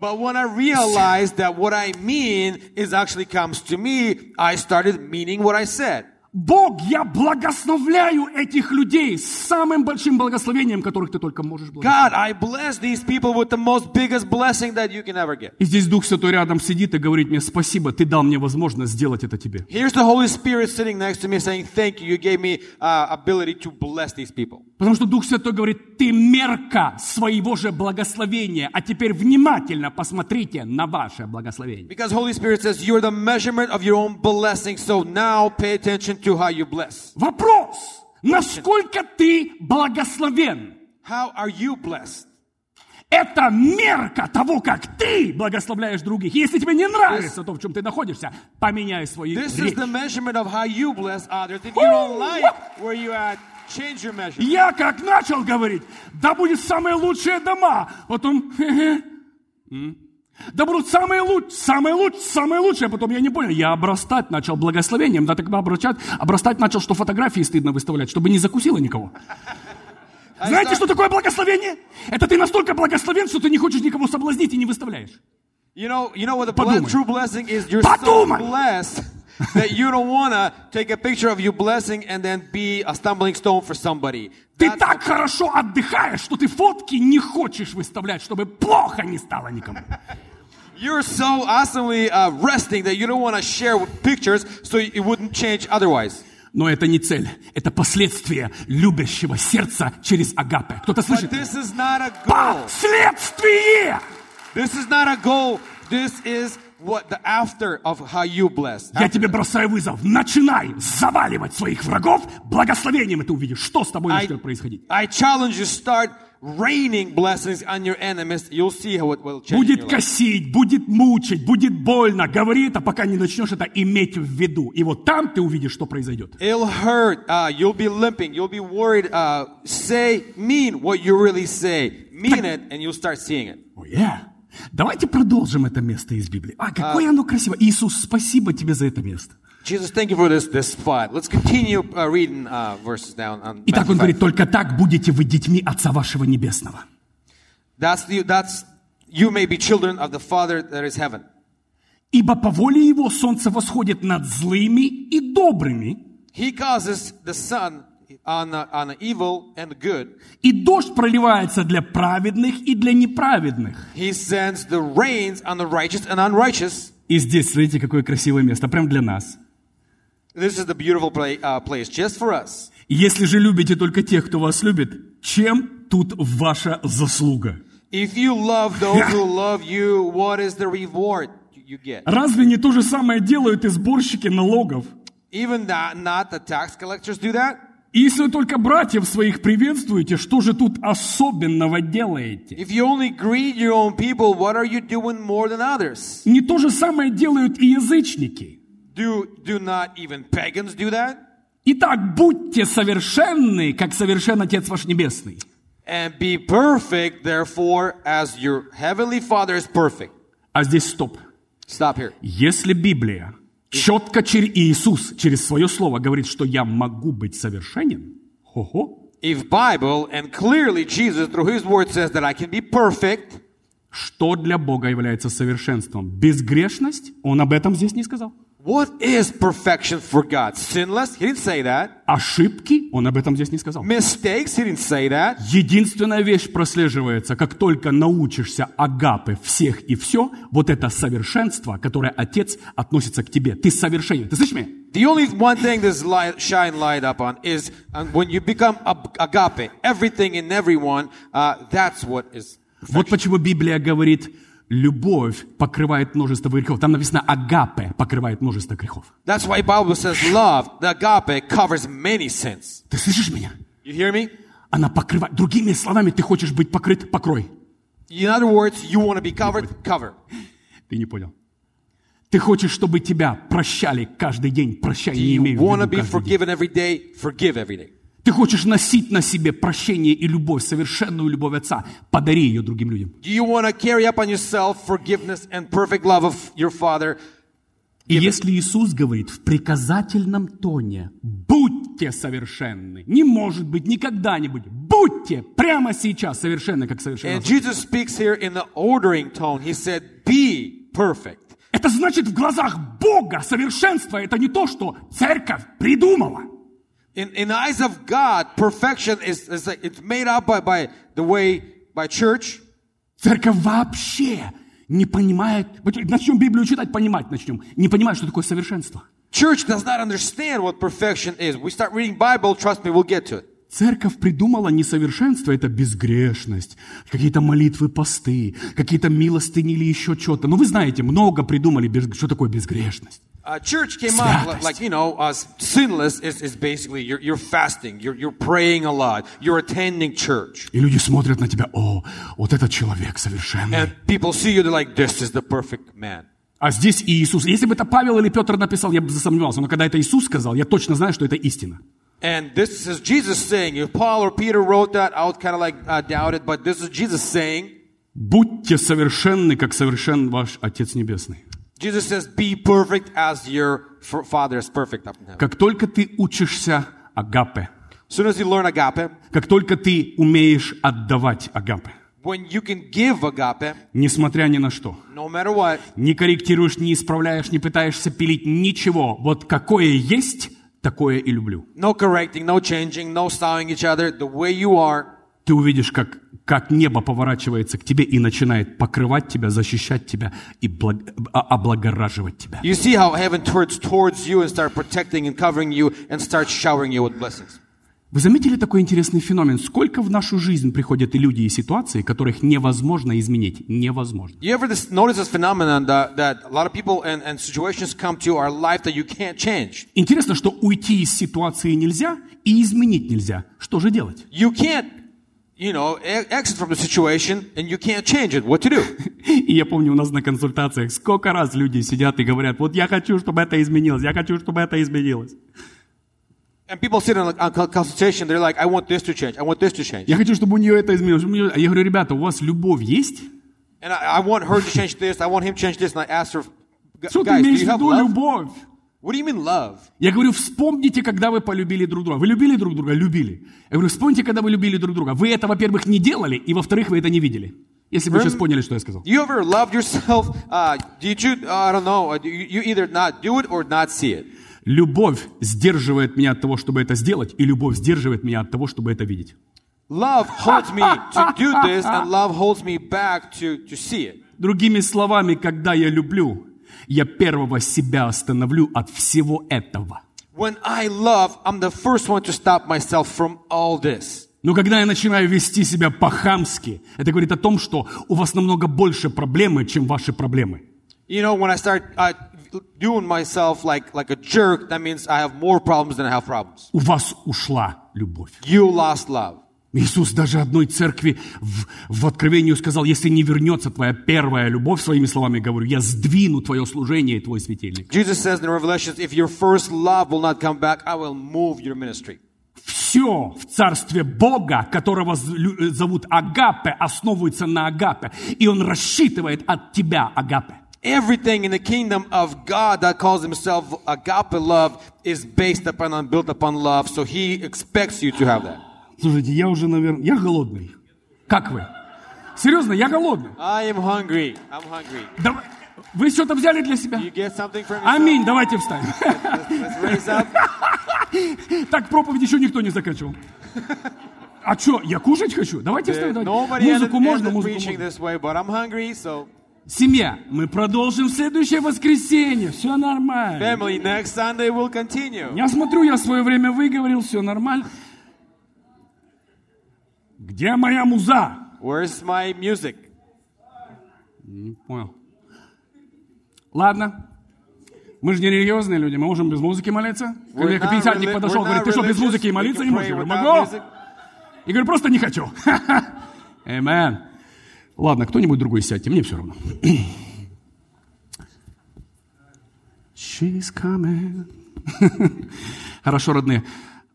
But when I realized that what I mean is actually comes to me, I started meaning what I said. Бог, я благословляю этих людей с самым большим благословением, которых ты только можешь благословить. God, I bless these people with the most biggest blessing that you can ever get. И здесь Дух Святой рядом сидит и говорит мне, спасибо, ты дал мне возможность сделать это тебе. Here's the Holy Spirit sitting next to me saying, Thank you, you gave me uh, ability to bless these people. Потому что Дух Святой говорит, ты мерка своего же благословения, а теперь внимательно посмотрите на ваше благословение. Because Holy Spirit says, You're the measurement of your own blessing, so now pay attention to how you bless. Вопрос, насколько ты благословен? How are you blessed? Это мерка того, как ты благословляешь других. Если тебе не нравится то, в чем ты находишься, поменяй свои This речи. is the measurement of how you bless others. If you don't like where you at, change your measure. Я как начал говорить, да будут самые лучшие дома, потом... хе-хе, м, Да будут самые лучшие, самые лучшие, самые лучшие. А потом я не понял, я обрастать начал благословением. Да тогда обращать, обрастать начал, что фотографии стыдно выставлять, чтобы не закусило никого. Знаете, что такое благословение? Это ты настолько благословен, что ты не хочешь никого соблазнить и не выставляешь. You know, you know what the Подумай. ble- true blessing is? You're so Подумай. blessed that you don't want to take a picture of you blessing and then be a stumbling stone for somebody. Ты That's так хорошо отдыхаешь, что ты фотки не хочешь выставлять, чтобы плохо не стало никому. You're so awesomely uh, resting that you don't want to share with pictures, so it wouldn't change otherwise. Но это не цель, это последствие любящего сердца через агапе. Кто-то But слышит? this is not a goal. Последствие! This is not a goal. This is what the after of how you bless. Я тебе бросаю вызов. Начинай заваливать своих врагов благословением, и ты увидишь, что с тобой I, начнет происходить. I challenge you. Start raining blessings on your enemies. You'll see how it will change. in your Будет life. косить, будет мучить, будет больно. Говори это, пока не начнешь это иметь в виду. И вот там ты увидишь, что произойдет. It'll hurt. Uh, you'll be limping. You'll be worried. Uh, say, mean what you really say. Mean it, and you'll start seeing it. О, yeah. Давайте продолжим это место из Библии. А, какое оно красивое. Иисус, спасибо тебе за это место. Jesus, thank you for this this spot. Let's continue uh, reading uh, verses down. On Итак, Matthew он говорит, five. только так будете вы детьми Отца вашего Небесного. that's the that's you may be children of the Father that is heaven, Ибо по воле Его солнце восходит над злыми и добрыми, He causes the sun on uh, on evil and good. и дождь проливается для праведных и для неправедных. He sends the rains on the righteous and unrighteous. И здесь, смотрите, какое красивое место, прям для нас. This is the beautiful play, uh, place just for us. Если же любите только тех, кто вас любит, чем тут ваша заслуга? If you love those who love you, what is the reward you get? Разве не то же самое делают и сборщики налогов? Even that, not the tax collectors do that. Если вы только братьев своих приветствуете, что же тут особенного делаете? If you only greet your own people, what are you doing more than others? Не то же самое делают и язычники. Do do not even pagans do that? Итак, будьте совершенны, как совершен Отец ваш Небесный. And be perfect, therefore, as your heavenly Father is perfect. А здесь стоп. Stop here. Если Библия четко через Иисус через свое слово говорит, что я могу быть совершенен, хо-хо, If Bible and clearly Jesus through His Word says that I can be perfect, что для Бога является совершенством? Безгрешность? Он об этом здесь не сказал. what is perfection for God? Sinless? He didn't say that. Ошибки? Он об этом здесь не сказал. Mistakes? He didn't say that. Единственная вещь прослеживается, как только научишься агапы всех и все, вот это совершенство, которое Отец относится к тебе. Ты совершенен. Ты слышишь меня? The only one thing this light, shine light up on is um, when you become ab- agape, everything and everyone, uh, that's what is. Вот почему Библия говорит, любовь покрывает множество грехов. Там написано, агапе покрывает множество грехов. That's why Bible says love, the agape, covers many sins. Ты слышишь меня? You hear me? Она покрывает. Другими словами, ты хочешь быть покрыт, покрой. In other words, you want to be covered, cover. Ты не понял. Ты хочешь, чтобы тебя прощали каждый день. Прощай, не имею You в виду want to be каждый день. forgiven every day, forgive every day. Ты хочешь носить на себе прощение и любовь, совершенную любовь Отца. Подари ее другим людям. Do you want to carry up on yourself forgiveness and perfect love of your Father? И если Иисус говорит в приказательном тоне, будьте совершенны, не может быть, никогда не быть, будьте прямо сейчас совершенны, как совершенны. And Jesus speaks here in the ordering tone. He said, Be perfect. Это значит, в глазах Бога совершенство – это не то, что церковь придумала. In, in the eyes of God, perfection is, is like, it's made up by, by the way, by church. Церковь вообще не понимает, вот начнем Библию читать, понимать начнем, не понимает, что такое совершенство. Church does not understand what perfection is. We start reading Bible, trust me, we'll get to it. Церковь придумала несовершенство, это безгрешность, какие-то молитвы, посты, какие-то милостыни или еще что-то. Но вы знаете, много придумали, без- что такое безгрешность. Uh, church came up Святость. like, like, you know, uh, sinless is, is basically you're, you're fasting, you're, you're praying a lot, you're attending church. И люди смотрят на тебя, о, вот этот человек совершенный. And people see you, they're like, this is the perfect man. А здесь Иисус. Если бы это Павел или Петр написал, я бы засомневался. Но когда это Иисус сказал, я точно знаю, что это истина. And this is Jesus saying, if Paul or Peter wrote that, I would kind of like uh, doubt it, but this is Jesus saying, Будьте совершенны, как совершен ваш Отец Небесный. Jesus says, be perfect as your f- Father is perfect up in heaven. Как только ты учишься агапе, As soon as you learn agape, как только ты умеешь отдавать агапе, when you can give agape, несмотря ни на что, no matter what, не корректируешь, не исправляешь, не пытаешься пилить ничего, вот какое есть, такое и люблю. no correcting, no changing, no styling each other, the way you are, Ты увидишь, как, как небо поворачивается к тебе и начинает покрывать тебя, защищать тебя и благ- а- облагораживать тебя. you see how heaven turns towards you and start protecting and covering you and start showering you with blessings. Вы заметили такой интересный феномен? Сколько в нашу жизнь приходят и люди, и ситуации, которых невозможно изменить? Невозможно. You ever this, notice this phenomenon that, that a lot of people and, and situations come to our life that you can't change? Интересно, что уйти из ситуации нельзя и изменить нельзя. Что же делать? You can't, you know, e- exit from the situation and you can't change it. What to do? И я помню, у нас на консультациях сколько раз люди сидят и говорят, вот я хочу, чтобы это изменилось, я хочу, чтобы это изменилось. And people sit in a, a consultation, they're like, I want this to change, I want this to change. Я хочу, чтобы у нее это изменилось. чтобы у неё- А Я говорю, ребята, у вас любовь есть? And I, I want her to change this, I want him to change this. And I asked her, "Gu- Что ты guys, do имеешь you в have виду love? любовь? What do you mean love? Я говорю, вспомните, когда вы полюбили друг друга. Вы любили друг друга? Любили. Я говорю, вспомните, когда вы любили друг друга. Вы это, во-первых, не делали, и, во-вторых, вы это не видели. Если вы сейчас поняли, что я сказал. You ever loved yourself? Uh, did you, uh, I don't know, uh, you, you either not do it or not see it. Любовь сдерживает меня от того, чтобы это сделать, и любовь сдерживает меня от того, чтобы это видеть. Love holds me to do this, and love holds me back to, to see it. Другими словами, когда я люблю, я первого себя остановлю от всего этого. When I love, I'm the first one to stop myself from all this. Но когда я начинаю вести себя по-хамски, это говорит о том, что у вас намного больше проблемы, чем ваши проблемы. You know, when I start uh, doing myself like, like a jerk, that means I have more problems than I have problems. У вас ушла любовь. You lost love. Иисус даже одной церкви в, в Откровении сказал, если не вернется твоя первая любовь, своими словами говорю, я сдвину твое служение и твой светильник. Jesus says in Revelations, if your first love will not come back, I will move your ministry. Все в царстве Бога, которого з- лю- э, зовут Агапе, основывается на Агапе. И он рассчитывает от тебя Агапе. Everything in the kingdom of God that calls himself agape love is based upon and built upon love. So he expects you to have that. Слушайте, я уже, наверное, я голодный. Как вы? Серьезно, я голодный. I am hungry. I'm hungry. Дав- Вы что-то взяли для себя? You get something from yourself? Аминь, давайте встанем. Let's raise up. Так проповедь еще никто не закачивал. А что, я кушать хочу? Давайте встанем. давайте. Nobody ended, Музыку можно, ended музыку preaching можно. this way, but I'm hungry, so Семья, мы продолжим в следующее воскресенье. Все нормально. family, next Sunday we'll continue. Я смотрю, я свое время выговорил, все нормально. Где моя муза? Where's my music? Понял. Ладно. Мы же не религиозные люди, мы можем без музыки молиться. Ко мне not пятидесятник reli- подошел, we're говорит, ты not что, без religious? музыки и We молиться can не можешь? pray Я говорю, without могу. music. Я говорю, просто не хочу. Amen. Ладно, кто-нибудь другой сядьте, мне все равно. She's coming. Хорошо, родные.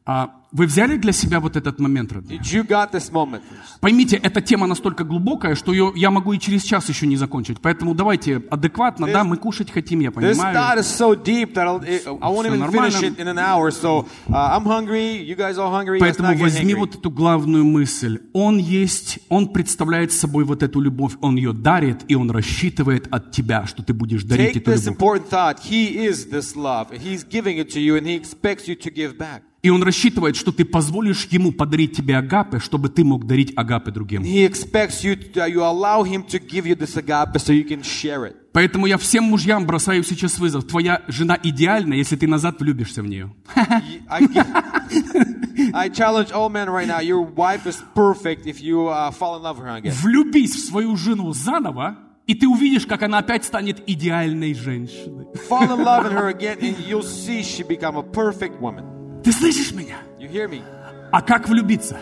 А, вы взяли для себя вот этот момент, родные? Did you got this moment? Поймите, эта тема настолько глубокая, что ее, я могу и через час еще не закончить. Поэтому давайте адекватно, да, мы кушать хотим, я This понимаю. thought is so deep that I'll, it, I won't Всё even finish нормально. it in an hour. So uh, I'm hungry. You guys all hungry. Let's Поэтому not get возьми hangry. вот эту главную мысль. Он есть, он представляет собой вот эту любовь, он ее дарит, и он рассчитывает от тебя, что ты будешь дарить Take эту this любовь. important thought. He is this love. He's giving it to you, and he expects you to give back. И он рассчитывает, что ты позволишь ему подарить тебе агапы, чтобы ты мог дарить агапы другим. He expects you to, you allow him to give you this agape so you can share it. Поэтому я всем мужьям бросаю сейчас вызов. Твоя жена идеальна, если ты назад влюбишься в нее. I, gi- I challenge all men right now. Your wife is perfect if you uh, fall in love with her again. Влюбись в свою жену заново, и ты увидишь, как она опять станет идеальной женщиной. Fall in love with her again, and you'll see she become a perfect woman. Ты слышишь меня? You hear me? А как влюбиться?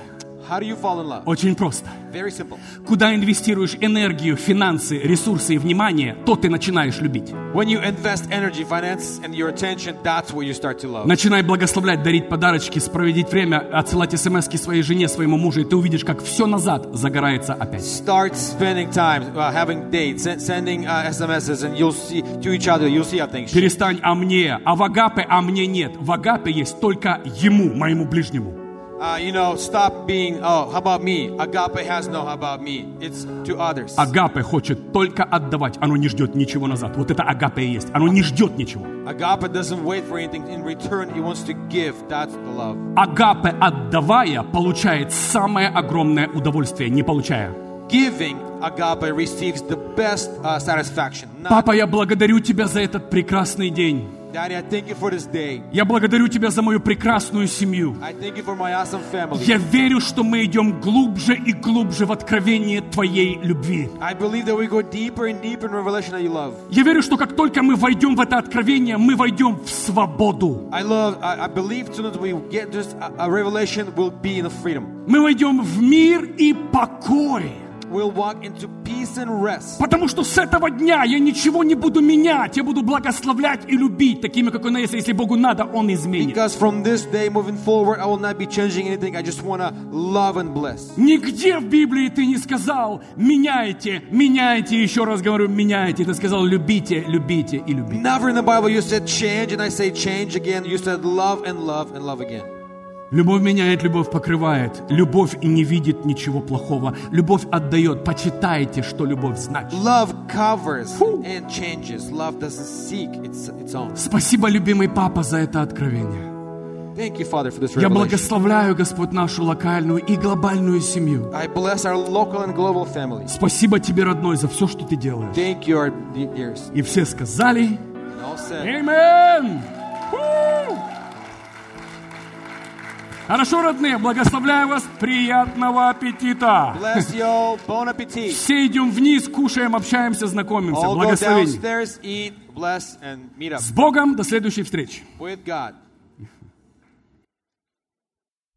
How do you fall in love? Очень просто. Very simple. Куда инвестируешь энергию, финансы, ресурсы и внимание, то ты начинаешь любить. When you invest energy, finance, and your attention, that's where you start to love. Начинай благословлять, дарить подарочки, проводить время, отсылать смс своей жене, своему мужу, и ты увидишь, как все назад загорается опять. Start spending time, uh, having dates, sen- sending uh, SMSs, and you'll see to each other. You'll see how things. shift. Перестань о мне, а в агапе о мне нет. В агапе есть только ему, моему ближнему. Uh, you know, stop being. Oh, how about me? Agape has no. How about me? It's to others. Агапе хочет только отдавать, оно не ждет ничего назад. Вот это агапе и есть, оно не ждет ничего. Agape doesn't wait for anything in return. It wants to give. That's the love. Агапе, отдавая, получает самое огромное удовольствие, не получая. Giving agape receives the best uh, satisfaction. Not, Папа, я благодарю тебя за этот прекрасный день. Daddy, I thank you for this day. Я благодарю тебя за мою прекрасную семью. I thank you for my awesome family. Я верю, что мы идем глубже и глубже в откровении Твоей любви. I believe that we go deeper and deeper in revelation that you love. Я верю, что как только мы войдем в это откровение, мы войдем в свободу. I love. I, I believe soon as we get this uh, a, a revelation, we'll be in the freedom. Мы войдем в мир и покой. We'll walk into peace and rest. Потому что с этого дня я ничего не буду менять. Я буду благословлять и любить такими, как он есть. Если Богу надо, Он изменит. Because from this day moving forward, I will not be changing anything. I just want to love and bless. Нигде в Библии ты не сказал «меняйте, меняйте», еще раз говорю «меняйте». Ты сказал «любите, любите и любите». Never in the Bible you said change, and I say change again. You said love and love and love again. Любовь меняет, любовь покрывает. Любовь и не видит ничего плохого. Любовь отдает. Почитайте, что любовь значит. Love covers Whew. and changes. Love doesn't seek its its own. Спасибо, любимый папа, за это откровение. Thank you, Father, for this Я revelation. благословляю, Господь, нашу локальную и глобальную семью. I bless our local and global families. Спасибо тебе, родной, за все, что ты делаешь. Thank you, our dear ears. И все сказали And all said. «Эймен». Фу! Хорошо, родные, благословляю вас. Приятного аппетита. Bless y'all. Bon appetit. Все идем вниз, кушаем, общаемся, знакомимся. All go Благословение. downstairs, eat, bless, and meet up С Богом. До следующей встречи. with God.